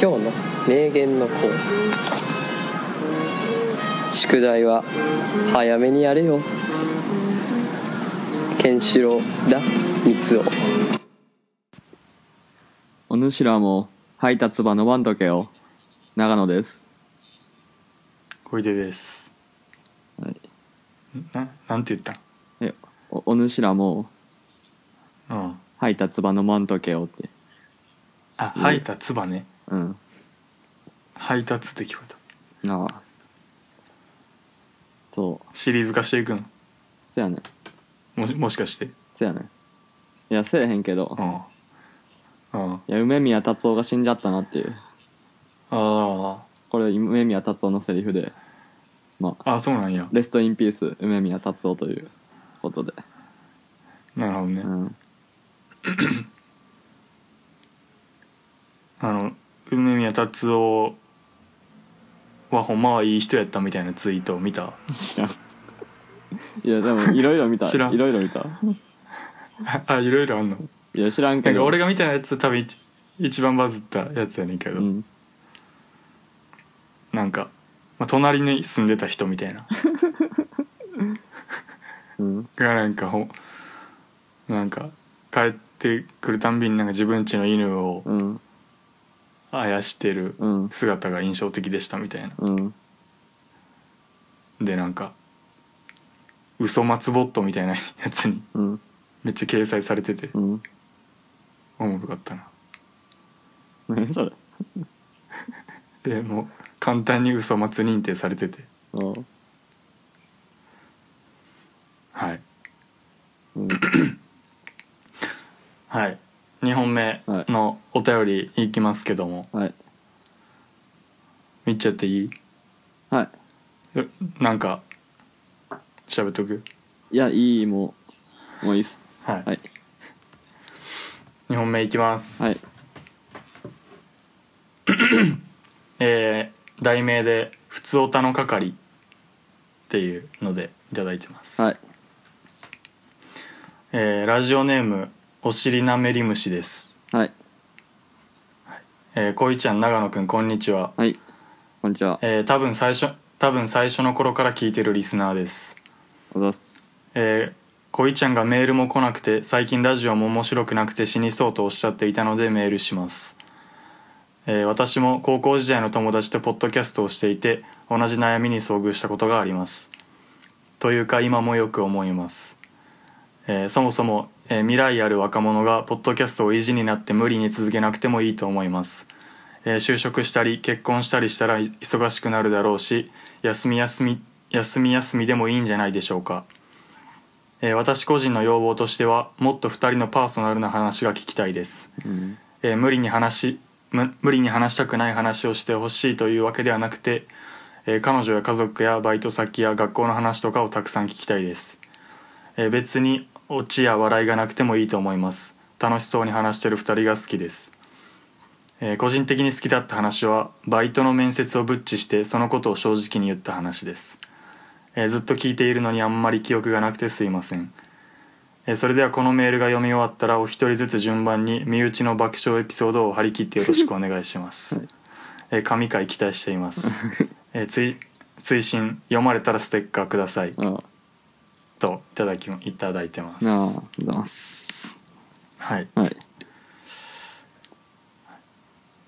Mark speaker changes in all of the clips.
Speaker 1: 今日の名言のコーナー宿題は早めにやれよケンシロウだ三つ
Speaker 2: お主らも吐いた唾飲まんとけよ長野です
Speaker 3: 小出です
Speaker 2: はい
Speaker 3: ななんて言っ
Speaker 2: えおお主らも
Speaker 3: たんうん
Speaker 2: 吐いた唾飲まんとけよって
Speaker 3: あ
Speaker 2: うん
Speaker 3: 吐いた唾ね
Speaker 2: うん
Speaker 3: 配達って聞こえた
Speaker 2: なあそう
Speaker 3: シリーズ化していくん
Speaker 2: せやねん
Speaker 3: もしもしかして
Speaker 2: せやねんいやせえへんけど
Speaker 3: うんうんあ
Speaker 2: いや梅宮達夫が死んじゃったなっていう
Speaker 3: あ
Speaker 2: これ梅宮達夫のセリフでまあ
Speaker 3: あそうなんや
Speaker 2: レストインピース梅宮達夫ということで
Speaker 3: なるほどね、
Speaker 2: うん
Speaker 3: あの梅宮達夫はほんまはいい人やったみたいなツイートを見た
Speaker 2: 知らんいやでもいろいろ見た
Speaker 3: 知らん
Speaker 2: いろいろ見た
Speaker 3: あいろいろあんの
Speaker 2: いや知らん
Speaker 3: な
Speaker 2: け
Speaker 3: ん
Speaker 2: ど
Speaker 3: か俺が見たやつ多分一一番バズったやつやねんけど、
Speaker 2: うん
Speaker 3: なんか、まあ、隣に住んでた人みたいな
Speaker 2: うん
Speaker 3: がなんかほなんか帰ってくるたんびになんか自分家の犬を
Speaker 2: うん
Speaker 3: あやしてる
Speaker 2: うん
Speaker 3: 姿が印象的でしたみたいな
Speaker 2: うん
Speaker 3: でなんか嘘松ボットみたいなやつに
Speaker 2: うん
Speaker 3: めっちゃ掲載されてて
Speaker 2: うん
Speaker 3: おもろかったな
Speaker 2: 何それ
Speaker 3: でもう簡単に嘘松認定されてて
Speaker 2: おう
Speaker 3: はい
Speaker 2: うん
Speaker 3: はい2本目のお便りいきますけども、
Speaker 2: はい
Speaker 3: 見ちゃっていい
Speaker 2: はい
Speaker 3: えなんか喋っとく
Speaker 2: いやいいもうもういいっす
Speaker 3: はい、
Speaker 2: はい
Speaker 3: 2本目いきます、
Speaker 2: はい
Speaker 3: えー題名で「ふつおたの係」っていうのでいただいてます、
Speaker 2: はい
Speaker 3: えーラジオネームおしりなめり虫です
Speaker 2: はい
Speaker 3: えー、こいちゃん長野くんこんにちは、
Speaker 2: はいこんにちは
Speaker 3: えー多分最初多分最初の頃から聞いてるリスナーです
Speaker 2: おざっす
Speaker 3: えー、こいちゃんがメールも来なくて最近ラジオも面白くなくて死にそうとおっしゃっていたのでメールします、えー私も高校時代の友達とポッドキャストをしていて同じ悩みに遭遇したことがありますというか今もよく思います、えーそもそも、えー未来ある若者がポッドキャストを維持になって無理に続けなくてもいいと思います、えー就職したり結婚したりしたらい忙しくなるだろうし休み休み休み休みでもいいんじゃないでしょうかえー私個人の要望としてはもっと2人のパーソナルな話が聞きたいです、
Speaker 2: うん
Speaker 3: えー無理に話しむ無理に話したくない話をしてほしいというわけではなくて、えー彼女や家族やバイト先や学校の話とかをたくさん聞きたいです、えー別にオチや笑いがなくてもいいと思います楽しそうに話してる2人が好きです、えー個人的に好きだった話はバイトの面接をブッチしてそのことを正直に言った話です、えーずっと聞いているのにあんまり記憶がなくてすいませんえーそれではこのメールが読み終わったらお一人ずつ順番に身内の爆笑エピソードを張り切ってよろしくお願いします、えー神回期待しています、えーつい 追伸読まれたらステッカーください
Speaker 2: ああ
Speaker 3: といただきいただいてます
Speaker 2: なあありがとうございます
Speaker 3: はい
Speaker 2: はい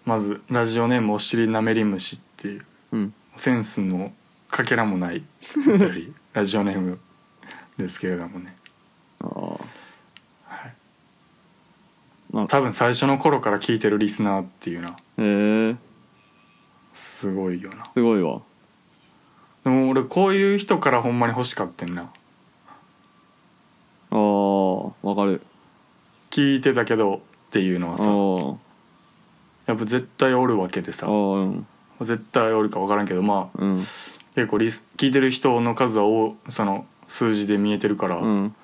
Speaker 3: まずラジオネームお尻なめり虫っていう
Speaker 2: うん
Speaker 3: センスのかけらもないお 便りラジオネームですけれどもね、
Speaker 2: ああ
Speaker 3: はい
Speaker 2: まあ
Speaker 3: 多分最初の頃から聞いてるリスナーっていうな
Speaker 2: へえ
Speaker 3: すごいよな
Speaker 2: すごいわ
Speaker 3: でも俺こういう人からほんまに欲しかったんな
Speaker 2: ああわかる
Speaker 3: 聞いてたけどっていうのは
Speaker 2: あ
Speaker 3: さ
Speaker 2: あ
Speaker 3: やっぱ絶対おるわけでさ
Speaker 2: ああうん
Speaker 3: 絶対おるか分からんけどまあ
Speaker 2: うん
Speaker 3: 結構リス聞いてる人の数はおその数字で見えてるから、
Speaker 2: うん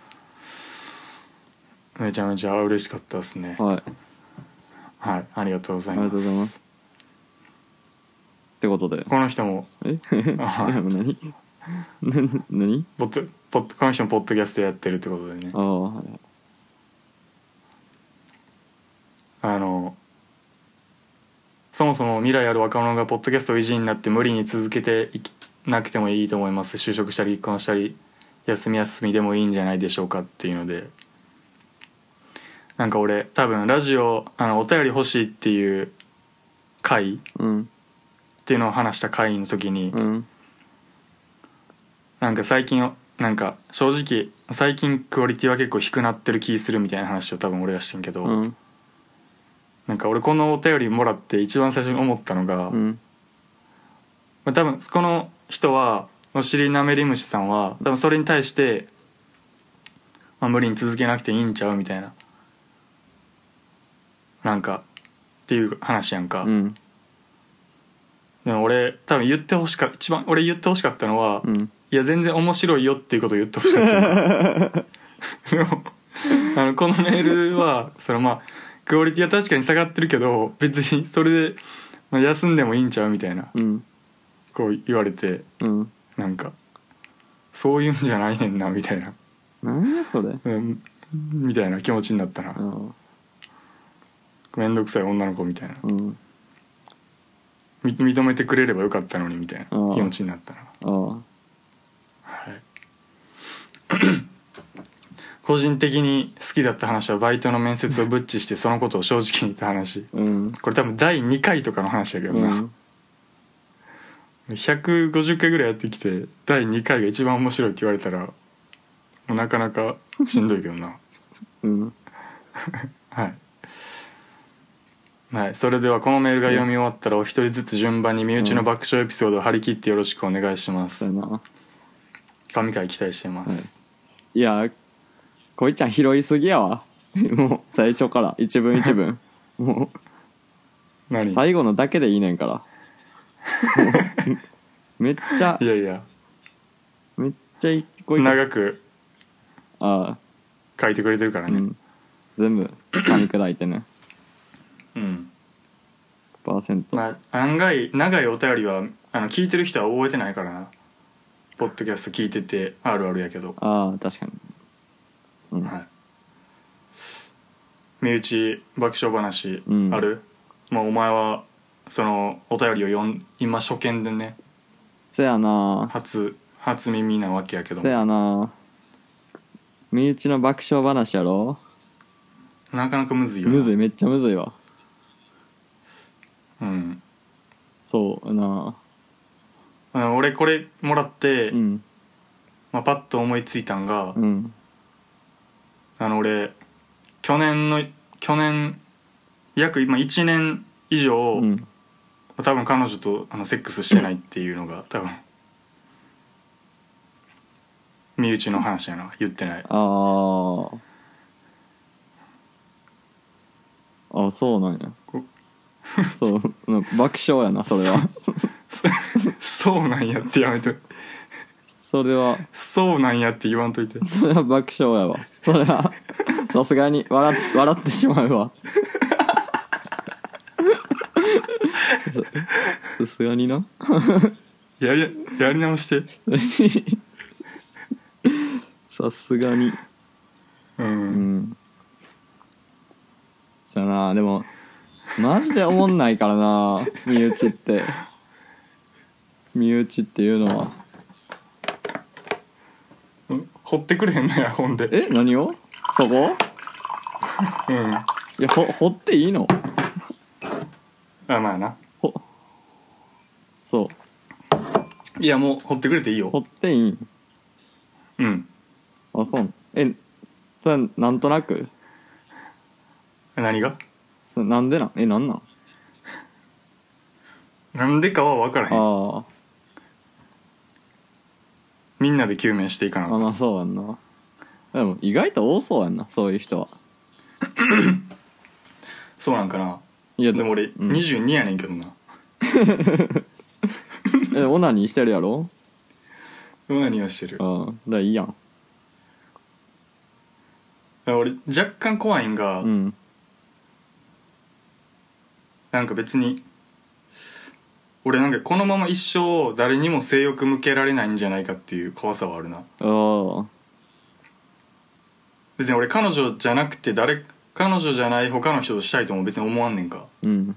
Speaker 3: めちゃめちゃ嬉しかったですね
Speaker 2: はい
Speaker 3: はいありがとうござ
Speaker 2: あ
Speaker 3: い
Speaker 2: りが
Speaker 3: ます
Speaker 2: とうございますってことで
Speaker 3: この人も
Speaker 2: え い
Speaker 3: はい
Speaker 2: や 何 何何
Speaker 3: ポッドポッドこの人もポッドキャストやってるってことでね
Speaker 2: ああはい
Speaker 3: あのそもそも未来ある若者がポッドキャストを維持になって無理に続けていきなくてもいいと思います就職したり結婚したり休み休みでもいいんじゃないでしょうかっていうのでなんか俺多分ラジオあのお便り欲しいっていう回っ
Speaker 2: うん
Speaker 3: ていうのを話した回の時に、
Speaker 2: うん
Speaker 3: なんか最近なんか正直最近クオリティは結構低くなってる気するみたいな話を多分俺がしてんけど、
Speaker 2: うん
Speaker 3: なんか俺このお便りもらって一番最初に思ったのが、
Speaker 2: うん
Speaker 3: まあ、多分この人はお尻なめり虫さんは多分それに対して、まあ、無理に続けなくていいんちゃうみたいななんかっていう話やんか、
Speaker 2: うん
Speaker 3: でも俺多分言ってほしか一番俺言ってほしかったのは、
Speaker 2: うん
Speaker 3: いや全然面白いよっていうことを言ってほしかったでもあのこのメールはそのまあクオリティは確かに下がってるけど別にそれで、まあ、休んでもいいんちゃうみたいな
Speaker 2: うん
Speaker 3: こう言われて
Speaker 2: うん
Speaker 3: なんかそういうんじゃないねんなみたいな、
Speaker 2: 何やそれ
Speaker 3: うん、みたいな気持ちになった
Speaker 2: う
Speaker 3: なん面倒くさい女の子みたいな
Speaker 2: うん
Speaker 3: み認めてくれればよかったのにみたいな気
Speaker 2: うん
Speaker 3: 持ちになったな
Speaker 2: あ
Speaker 3: はい個人的に好きだった話はバイトの面接をブッチしてそのことを正直に言った話
Speaker 2: うん
Speaker 3: これ多分第2回とかの話やけど
Speaker 2: う
Speaker 3: な、
Speaker 2: ん
Speaker 3: 150回ぐらいやってきて第2回が一番面白いって言われたらもうなかなかしんどいけど な
Speaker 2: うん
Speaker 3: はい、はい、それではこのメールが読み終わったらお一人ずつ順番に身内の爆笑エピソードを張り切ってよろしくお願いします、
Speaker 2: そうやな
Speaker 3: 神回期待してます、
Speaker 2: いやこいちゃん拾いすぎやわ もう最初から一文一 文もう
Speaker 3: 何
Speaker 2: 最後のだけでいいねんから もうめっちゃ
Speaker 3: いやいや
Speaker 2: めっちゃ一個一個
Speaker 3: 長く
Speaker 2: あ
Speaker 3: 書いてくれてるから
Speaker 2: あ
Speaker 3: ね、
Speaker 2: うん全部噛み砕いてね
Speaker 3: うん
Speaker 2: パーセント、
Speaker 3: まあ案外長いお便りはあの聞いてる人は覚えてないからなポッドキャスト聞いててあるあるやけど、
Speaker 2: ああ確かにうん、
Speaker 3: はい、身内爆笑話
Speaker 2: うん
Speaker 3: ある、まあお前はそのお便りを読ん今初見でね
Speaker 2: せやな
Speaker 3: 初初耳なわけやけど
Speaker 2: せやな身内の爆笑話やろ
Speaker 3: なかなかむずいよな
Speaker 2: むずいめっちゃむずいわ
Speaker 3: うん、
Speaker 2: そうやな
Speaker 3: あの俺これもらって、
Speaker 2: うん
Speaker 3: まあ、パッと思いついたんが、
Speaker 2: うん
Speaker 3: あの俺去年の去年約今1年以上、
Speaker 2: うん
Speaker 3: 多分彼女とあのセックスしてないっていうのが多分身内の話やな言ってない
Speaker 2: あああそうなんや
Speaker 3: こ
Speaker 2: そううん爆笑やなそれは
Speaker 3: そうなんやってやめて
Speaker 2: それは
Speaker 3: そうなんやって言わんといて
Speaker 2: それは爆笑やわそれはさすがに笑っ笑ってしまうわさすがにな
Speaker 3: やりやり直して
Speaker 2: さすがに
Speaker 3: う、
Speaker 2: うんんそやなでもマジでおもんないからな身内って身内っていうのは
Speaker 3: 掘ってくれへんのやほんで
Speaker 2: え何をそこ
Speaker 3: うんあ
Speaker 2: いやほ掘っていいの
Speaker 3: まあな
Speaker 2: ほそう
Speaker 3: いやもう掘ってくれていい
Speaker 2: 掘
Speaker 3: よ
Speaker 2: っていいん
Speaker 3: うん
Speaker 2: あそうえそれなんとなく
Speaker 3: 何が
Speaker 2: なんでなんえなんなん
Speaker 3: なんでかは分からへん
Speaker 2: あ
Speaker 3: みんなで究明していか
Speaker 2: あ
Speaker 3: な
Speaker 2: まあそうやんなでも意外と多そうやんなそういう人は
Speaker 3: そうなんかない
Speaker 2: や
Speaker 3: でも俺
Speaker 2: うん
Speaker 3: 22やねんけどな
Speaker 2: えオナニーしてるやろ
Speaker 3: 何をしてる
Speaker 2: ああだからいいやん
Speaker 3: 俺若干怖いんが、
Speaker 2: うん
Speaker 3: なんか別に俺なんかこのまま一生誰にも性欲向けられないんじゃないかっていう怖さはあるな
Speaker 2: ああ
Speaker 3: 別に俺彼女じゃなくて誰彼女じゃない他の人としたいとも別に思わんねんか
Speaker 2: うん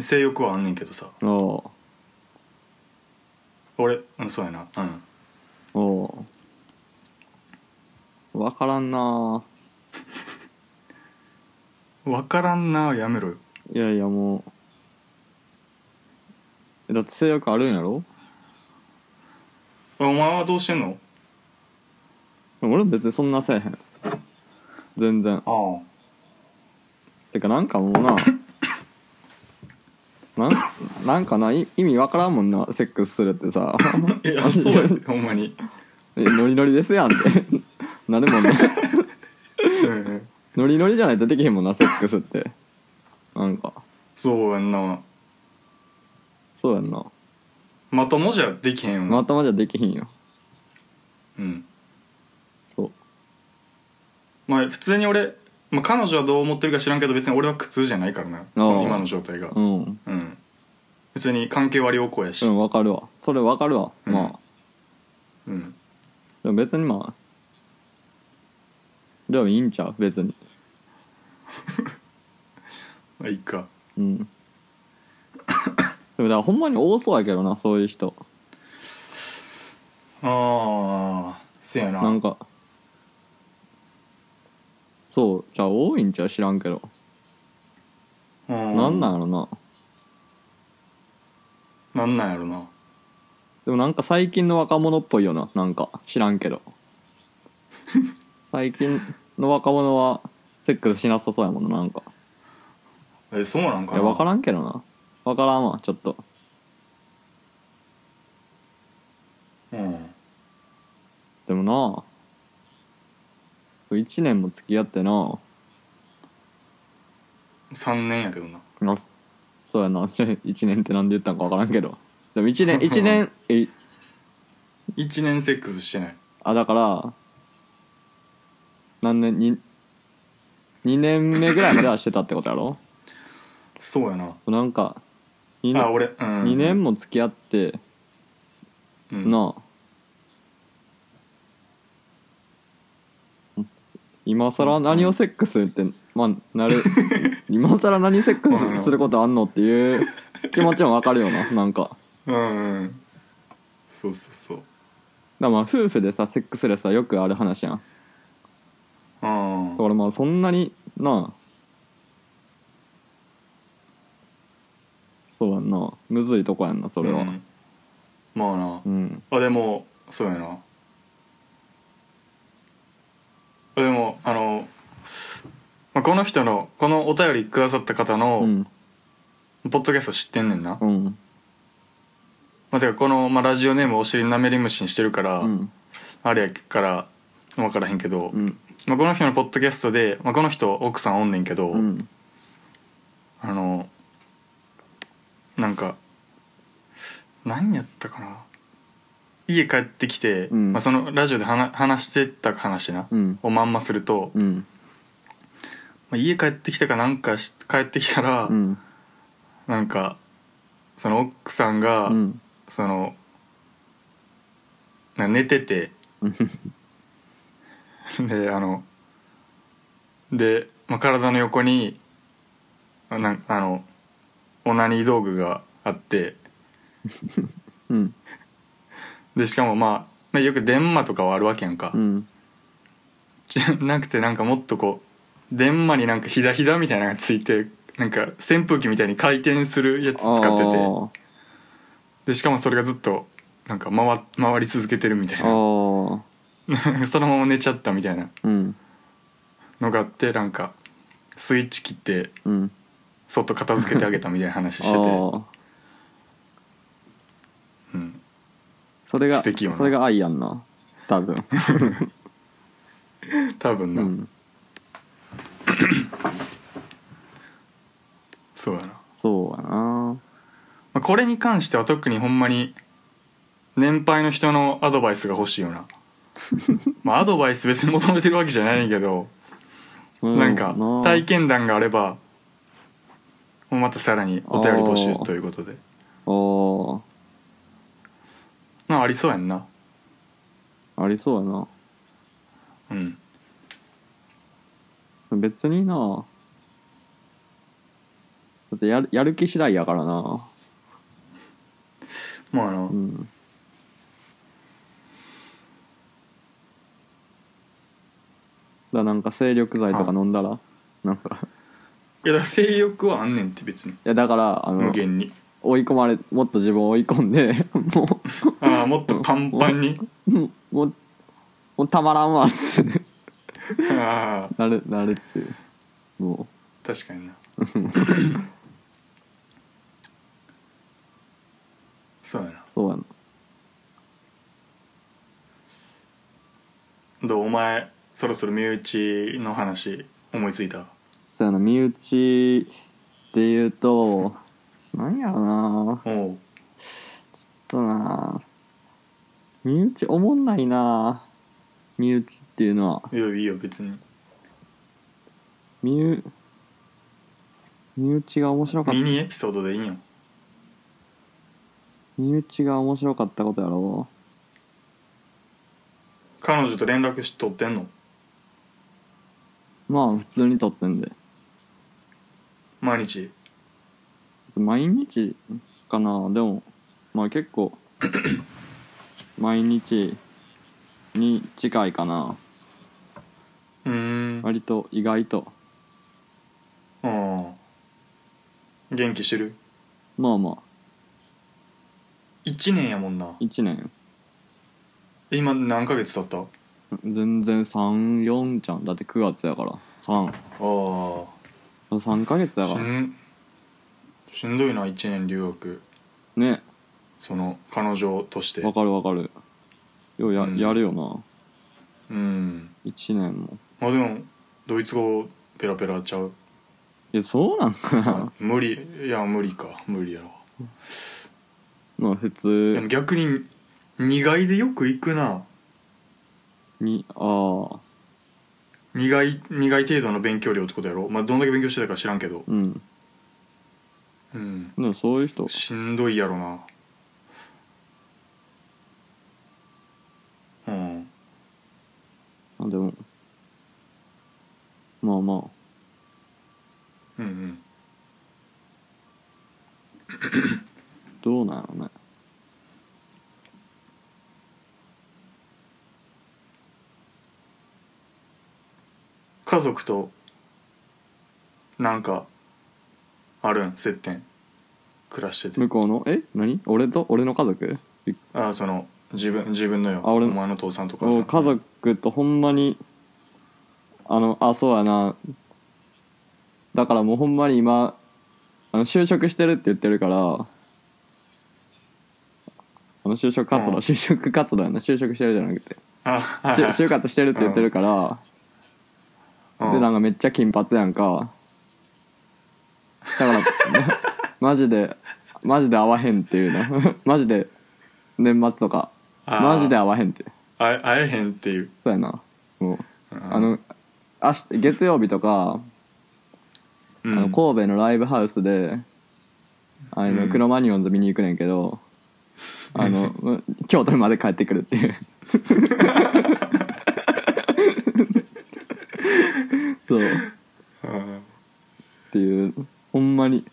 Speaker 3: 性欲はあんねんけどさ
Speaker 2: おう
Speaker 3: 俺うんそうやなうん
Speaker 2: おう分からんな
Speaker 3: 分からんなやめろよ
Speaker 2: いやいやもうえだって性欲あるんやろ
Speaker 3: お前はどうしてんの
Speaker 2: 俺別にそんなせえへん全然
Speaker 3: ああ
Speaker 2: てかなんかもうななんなんかない意味わからんもんなセックスするってさ
Speaker 3: いやそうやってほんまに
Speaker 2: えノリノリですやんって なるもんね
Speaker 3: うん
Speaker 2: ノリノリじゃないとできへんもんなセックスってなんか
Speaker 3: そうやんな
Speaker 2: そうやんな
Speaker 3: まともじゃできへんよな
Speaker 2: まともじゃできひんよ
Speaker 3: うん
Speaker 2: そう
Speaker 3: まあ普通に俺、まあ、彼女はどう思ってるか知らんけど別に俺は苦痛じゃないからな今の状態が
Speaker 2: うん
Speaker 3: うん別に関係割りおこやし
Speaker 2: うんわかるわそれわかるわ、
Speaker 3: うん
Speaker 2: まあ
Speaker 3: うん
Speaker 2: でも別にまあでもいいんちゃう別に
Speaker 3: まあいいか
Speaker 2: うん でもだからほんまに多そうやけどなそういう人
Speaker 3: ああせやな
Speaker 2: なんかそうじゃあ多いんちゃう知らんけど、
Speaker 3: うん
Speaker 2: なんなんやろな
Speaker 3: なんなんやろな
Speaker 2: でもなんか最近の若者っぽいよななんか知らん けど最近の若者はセックスしなさそうやもんななんか
Speaker 3: えそうなん
Speaker 2: い
Speaker 3: か
Speaker 2: や
Speaker 3: な
Speaker 2: 分からんけどな分からんわちょっと
Speaker 3: うん
Speaker 2: でもな1年も付き合ってな
Speaker 3: 3年やけどな
Speaker 2: なそうやな1 年ってなんで言ったんか分からんけどでも1年1年 え
Speaker 3: 1年セックスしてない
Speaker 2: あだから何年に2年目ぐらいまではしてたってことやろ
Speaker 3: そうやな
Speaker 2: なんか2
Speaker 3: あ
Speaker 2: 年
Speaker 3: 俺うん
Speaker 2: 二年も付き合って、
Speaker 3: うん
Speaker 2: なあ今更何をセックスって、まあ、な る今更何セックスすることあんのっていう気持ちもわかるよななんかだか
Speaker 3: うんうんそうそうそう
Speaker 2: らまあ夫婦でさセックスレスはよくある話やん
Speaker 3: あ
Speaker 2: だからまあそんなになあそうやんなむずいとこやんなそ
Speaker 3: そ
Speaker 2: れは
Speaker 3: まあな
Speaker 2: うん、
Speaker 3: あでもそうやなあでもあの、まあ、この人のこのお便りくださった方
Speaker 2: う
Speaker 3: の
Speaker 2: ん
Speaker 3: ポッドキャスト知ってんねんな、
Speaker 2: うん
Speaker 3: まあ、てかこの、まあ、ラジオネームお尻なめり虫にしてるから、
Speaker 2: うん
Speaker 3: あれやから分からへんけど、
Speaker 2: うん
Speaker 3: まあ、この人のポッドキャストで、まあ、この人奥さんおんねんけど、
Speaker 2: うん
Speaker 3: あのなんか何やったかな家帰ってきて、
Speaker 2: うん
Speaker 3: まあ、そのラジオで話話してた話な、
Speaker 2: うん
Speaker 3: をまんますると、
Speaker 2: うん
Speaker 3: まあ、家帰ってきたかなんかし帰ってきたら、
Speaker 2: うん
Speaker 3: なんかその奥さんが、
Speaker 2: うん
Speaker 3: そのな寝ててであので、まあ、体の横にあなんあのオナニー道具があって
Speaker 2: うん
Speaker 3: でしかもまあまあよく電話とかはあるわけやんか、
Speaker 2: うん
Speaker 3: じゃなくてなんかもっとこう電話になんかひだひだみたいなのがついてなんか扇風機みたいに回転するやつ使ってて
Speaker 2: あ
Speaker 3: でしかもそれがずっとなんか回回り続けてるみたい
Speaker 2: ー
Speaker 3: な
Speaker 2: あ
Speaker 3: そのまま寝ちゃったみたいな
Speaker 2: ーうん
Speaker 3: のがあってなんかスイッチ切って
Speaker 2: うん
Speaker 3: そっと片付けてあげたみたいな話 して
Speaker 2: あ
Speaker 3: て、
Speaker 2: ー
Speaker 3: うん、
Speaker 2: それが
Speaker 3: 素敵よな
Speaker 2: それが愛やんな多分
Speaker 3: 多分
Speaker 2: う
Speaker 3: な、
Speaker 2: ん
Speaker 3: そうやな、
Speaker 2: そうやな
Speaker 3: まあ、これに関しては特にほんまに年配の人のアドバイスが欲し いよなまあアドバイス別に求めてるわけじゃないんやけど
Speaker 2: う
Speaker 3: なんか体験談があればもうまたさらにお便り募集ということで
Speaker 2: あー
Speaker 3: まあありそうやんな
Speaker 2: ありそうやな
Speaker 3: うん
Speaker 2: 別になだってやるやる気次第やからな
Speaker 3: もうあの、
Speaker 2: うんだなんか精力剤とか飲んだらなんか
Speaker 3: いやだから性欲はあんねんって別に
Speaker 2: いやだからあ
Speaker 3: 無
Speaker 2: の
Speaker 3: 限に
Speaker 2: 追い込まれもっと自分を追い込んで も
Speaker 3: ああもっとパンパ ンに
Speaker 2: うもうもうもうたまらんわ っつって
Speaker 3: ああ
Speaker 2: なるなるっていうも
Speaker 3: 確かになそうやな
Speaker 2: うそうやな
Speaker 3: どうお前そろそろ身内の話思いついた
Speaker 2: そうやな身内で言うとなんやろな
Speaker 3: おお
Speaker 2: ちょ
Speaker 3: う
Speaker 2: っとな身内おもんないな身内っていうのはい
Speaker 3: いよいいよ別に
Speaker 2: 身内身内が面白かっ
Speaker 3: ミ
Speaker 2: た
Speaker 3: ニエピソードでいいんよ
Speaker 2: 身内が面白かったことやろ
Speaker 3: 彼女と連絡しとってんの
Speaker 2: まあ普通に撮ってんで
Speaker 3: 毎日
Speaker 2: 毎日かなでもまあ結 構毎日に近いかな
Speaker 3: うーんあ
Speaker 2: 割と意外と
Speaker 3: あ元気してる
Speaker 2: まあま
Speaker 3: 1年やもんな
Speaker 2: あ1年
Speaker 3: 今何ヶ月経ったあ
Speaker 2: 全然34ちゃんだって9月やから
Speaker 3: あ
Speaker 2: 33ヶ月や
Speaker 3: し
Speaker 2: から
Speaker 3: んしんどいな1年留学
Speaker 2: ね
Speaker 3: その彼女として
Speaker 2: わかるわかるようや,、
Speaker 3: うん
Speaker 2: やるよな
Speaker 3: うん
Speaker 2: 1年も
Speaker 3: まあでもドイツ語ペラペラち ゃう
Speaker 2: いやそうなんかな
Speaker 3: 無理いや無理か無理やろ
Speaker 2: まあ普
Speaker 3: で
Speaker 2: 通
Speaker 3: も逆に2階でよく行くな
Speaker 2: にああ
Speaker 3: 2階二階程度の勉強量ってことやろまあどんだけ勉強してたか知らんけど
Speaker 2: うん
Speaker 3: うん
Speaker 2: でもそういう人
Speaker 3: しんどいやろなうん
Speaker 2: あでもまあまあ
Speaker 3: うんうん
Speaker 2: どうなんやろね
Speaker 3: 家族となんかあるん接点暮らしてて
Speaker 2: 向こうのえ何俺と俺の家族びっ
Speaker 3: ああその自分自分のよ
Speaker 2: あ俺
Speaker 3: お前の父さんとか
Speaker 2: お
Speaker 3: さ
Speaker 2: 家族とほんまにあのあそうやなだからもうほんまに今あの就職してるって言ってるからあの就職活動、
Speaker 3: うん
Speaker 2: 就職活動やな就職してるじゃなくて
Speaker 3: あはい
Speaker 2: 就
Speaker 3: はい
Speaker 2: 就活してるって言ってるから、
Speaker 3: うん
Speaker 2: でなんかめっちゃ金髪やんかだ からマジでマジで合わへんっていうな マジで年末とか
Speaker 3: あー
Speaker 2: マジで合わへんって
Speaker 3: あ会えへんっていう
Speaker 2: そうやなもう
Speaker 3: うん
Speaker 2: あの明日月曜日とか、
Speaker 3: う
Speaker 2: あの
Speaker 3: ん
Speaker 2: 神戸のライブハウスであの、
Speaker 3: うん
Speaker 2: クロマニオンズ見に行くねんけどあの うん京都まで帰ってくるっていうそう
Speaker 3: うん
Speaker 2: っていうほんまに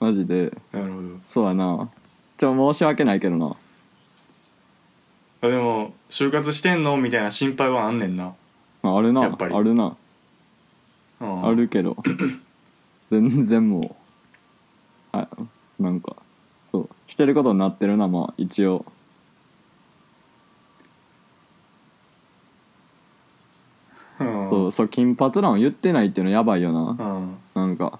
Speaker 2: マジで
Speaker 3: なるほど
Speaker 2: そうやなちょ申し訳ないけどな
Speaker 3: あでも就活してんのみたいな心配はあんねんな、
Speaker 2: まああるな
Speaker 3: やっぱり
Speaker 2: あるな
Speaker 3: うん、
Speaker 2: あるけ ど全然もうあなんかそうしてることになってるなまあ一応
Speaker 3: うん
Speaker 2: そうそう金髪なん言ってないっていうのやばいよ
Speaker 3: う
Speaker 2: なんなんか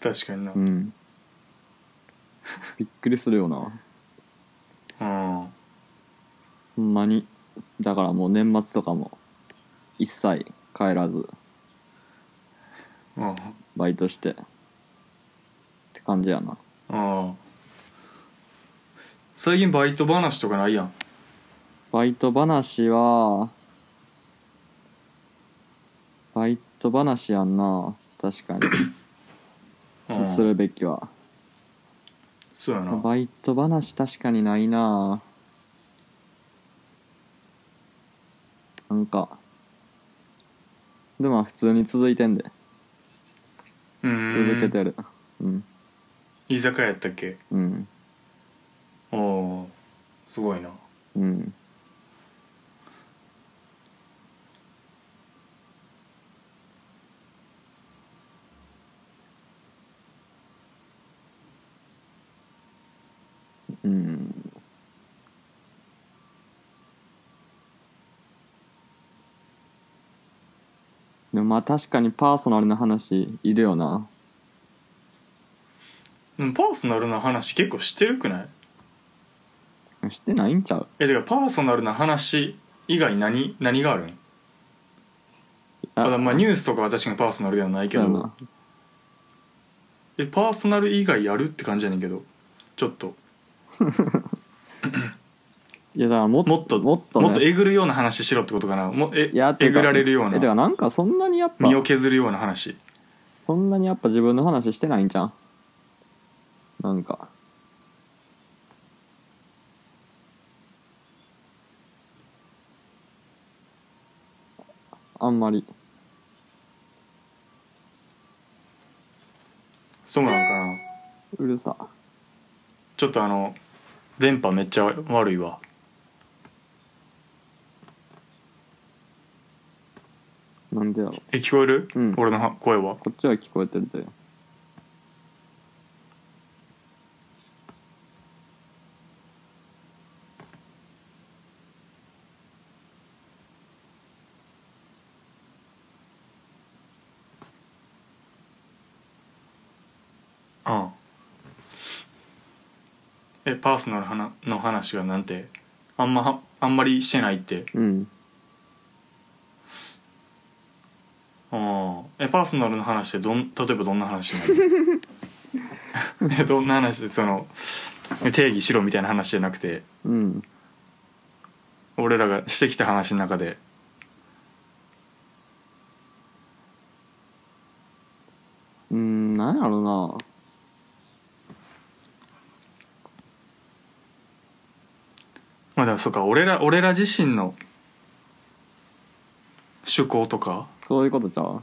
Speaker 3: 確かにな
Speaker 2: う
Speaker 3: うん
Speaker 2: びっくりするよなんほんまにだからもう年末とかも一切帰らず
Speaker 3: うん
Speaker 2: バイトしてって感じやな
Speaker 3: うん最近バイト話とかないやん
Speaker 2: バイト話はバイト話やんな確かに
Speaker 3: うん
Speaker 2: すするべきは
Speaker 3: そうやな
Speaker 2: バイト話確かにないななんかでも普通に続いてんで
Speaker 3: うーん
Speaker 2: 続けてるうん
Speaker 3: 居酒屋やったっけ
Speaker 2: うん
Speaker 3: おおすごいな
Speaker 2: うんうんでもまあ確かにパーソナルな話いるよな
Speaker 3: でもパーソナルな話結構してるくない
Speaker 2: してないんちゃう
Speaker 3: えてかパーソナルな話以外何何があるんあまあニュースとかは確かにパーソナルではないけ
Speaker 2: そうや
Speaker 3: ど
Speaker 2: な
Speaker 3: えパーソナル以外やるって感じやねんけどちょっと
Speaker 2: いやだからもっ
Speaker 3: もっと
Speaker 2: もっと,、ね、
Speaker 3: もっとえぐるような話しろってことかなもえ
Speaker 2: や
Speaker 3: えぐられるよう
Speaker 2: えてか
Speaker 3: な
Speaker 2: なんかそんなにやっぱ
Speaker 3: 身を削るような話
Speaker 2: そんなにやっぱ自分の話してないんじゃんなんかあんまり
Speaker 3: そうなんかな
Speaker 2: うるさ
Speaker 3: ちょっとあの電波めっちゃ悪いわ
Speaker 2: なんでやろ
Speaker 3: え聞こえる、
Speaker 2: うん
Speaker 3: 俺のは声は
Speaker 2: こっちは聞こえてるで
Speaker 3: うんえパーソナルはなの話がなんてあんまはあんまりしてないって
Speaker 2: うん
Speaker 3: うんえパーソナルの話ってどん例えばどんな話になる えどんな話でその定義しろみたいな話じゃなくて
Speaker 2: うん
Speaker 3: 俺らがしてきた話の中で
Speaker 2: うんなんやろな
Speaker 3: まあでもそうか俺ら俺ら自身の趣向とか
Speaker 2: そういうことちゃう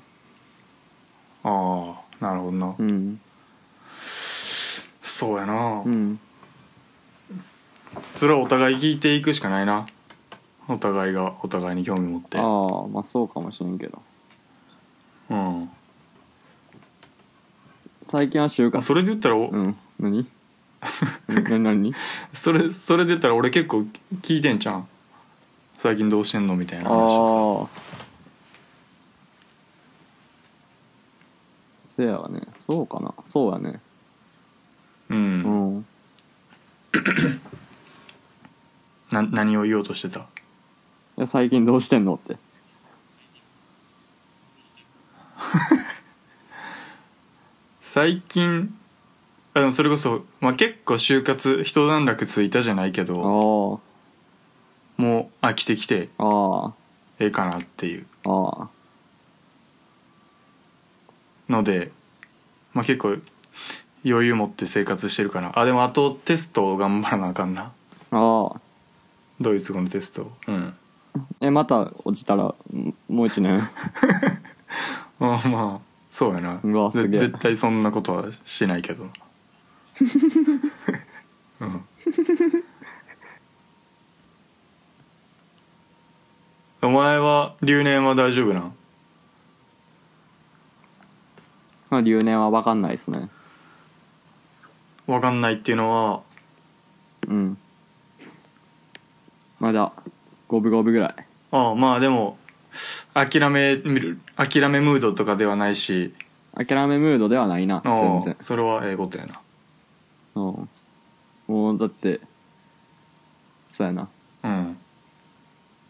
Speaker 3: ああなるほどな、
Speaker 2: うん
Speaker 3: そうやな、
Speaker 2: うん
Speaker 3: それはお互い聞いていくしかないなお互いがお互いに興味持って
Speaker 2: ああまあそうかもしれんけど
Speaker 3: うんま
Speaker 2: 最近は就
Speaker 3: あ
Speaker 2: 活
Speaker 3: それで言ったら、お
Speaker 2: うん何 何何
Speaker 3: それそれで言ったら俺結構聞いてんじゃん最近どうしてんのみたいな話を
Speaker 2: ああせやわねそうかなそうやね
Speaker 3: さうん、
Speaker 2: うん
Speaker 3: な何を言おうとしてた
Speaker 2: いや最近どうしてんのって
Speaker 3: 最近あでもそれこそ、まあ、結構就活一段落ついたじゃないけ
Speaker 2: あ
Speaker 3: ど
Speaker 2: あ
Speaker 3: もう飽きてきて
Speaker 2: あ
Speaker 3: ええかなっていう
Speaker 2: あああ
Speaker 3: ので、まあ、結構余裕持って生活してるかなあでもあとテストを頑張らなあかんな
Speaker 2: ああ
Speaker 3: ドイツ語のテストうん
Speaker 2: えまた落ちたらんもう一年
Speaker 3: まあまあそうやな
Speaker 2: うわ
Speaker 3: ぜ
Speaker 2: すげえ
Speaker 3: 絶対そんなことはしないけど うんお前は留年は大丈夫なん
Speaker 2: まあ留年は分かんないですね
Speaker 3: わかんないっていうのは
Speaker 2: うんまだ五分五分ぐらい
Speaker 3: ああまあでも諦める諦めムードとかではないし
Speaker 2: 諦めムードではないな
Speaker 3: あ
Speaker 2: 全然
Speaker 3: あそれはええことやな
Speaker 2: うんもうだってそうやな
Speaker 3: うん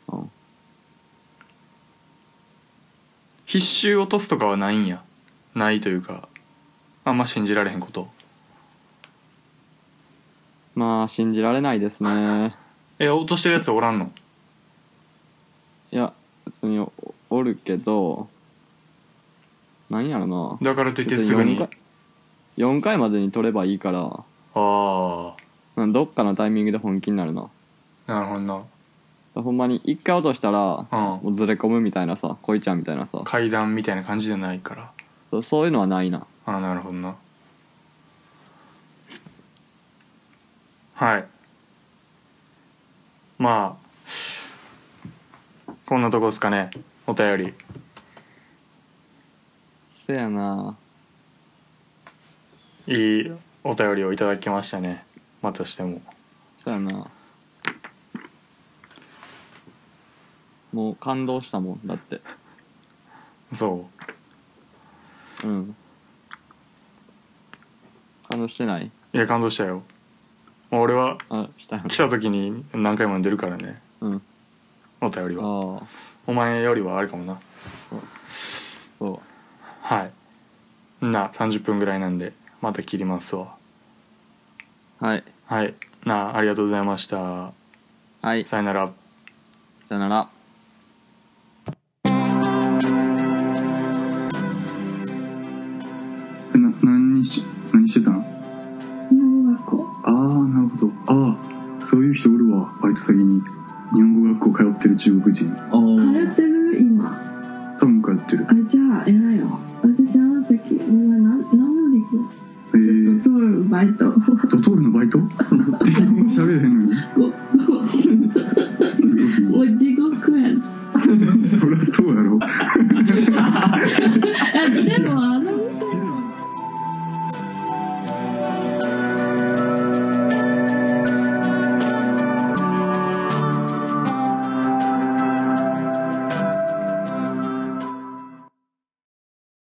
Speaker 2: うん
Speaker 3: 必修落とすとかはないんやないというかあんま信じられへんこと
Speaker 2: まあ信じられないですね
Speaker 3: え落としてるやつおらんの
Speaker 2: いや別におおるけどなんやろな
Speaker 3: だからといって
Speaker 2: 別
Speaker 3: すぐに
Speaker 2: 4回4回までに取ればいいから
Speaker 3: あ
Speaker 2: うんどっかのタイミングで本気になるな
Speaker 3: あなるほどな
Speaker 2: 多ほんまに一回落としたら、
Speaker 3: うん
Speaker 2: もうずれ込むみたいなさ恋ちゃんみたいなさ
Speaker 3: 階段みたいな感じじゃないから
Speaker 2: そうそういうのはないな
Speaker 3: ああなるほどなはいまあこんなとこですかねお便り
Speaker 2: せやない
Speaker 3: いお便りをいただきましたねまたしても
Speaker 2: そうやなもう感動したもんだって
Speaker 3: そ
Speaker 2: うん感動してないう
Speaker 3: いや感動したよもう俺は
Speaker 2: あしたよね
Speaker 3: 来た時に何回も出るからね
Speaker 2: うん
Speaker 3: お便りは
Speaker 2: ああ
Speaker 3: お前よりはあるかもな
Speaker 2: そ
Speaker 3: はいな30分ぐらいなんでまた切りますわ
Speaker 2: うはい
Speaker 3: はいなありがとうございました
Speaker 2: はいさ
Speaker 3: さよなら
Speaker 2: よなら
Speaker 4: な何し何してたの
Speaker 5: 日本学校
Speaker 4: ああなるほどああそういう人おるわバイト先に日本語学校通ってる中国人あ
Speaker 5: 通ってる今
Speaker 4: あ多分通ってる
Speaker 5: あじゃあ偉いわ私あの時お前何何もできない
Speaker 4: え
Speaker 5: ず
Speaker 4: ー
Speaker 5: っと通るバイト
Speaker 4: ドトールのバイト日本語喋れへ んのにすごい
Speaker 5: もう地獄や
Speaker 4: なそりゃそうやろ
Speaker 5: あでもあの
Speaker 4: 知らん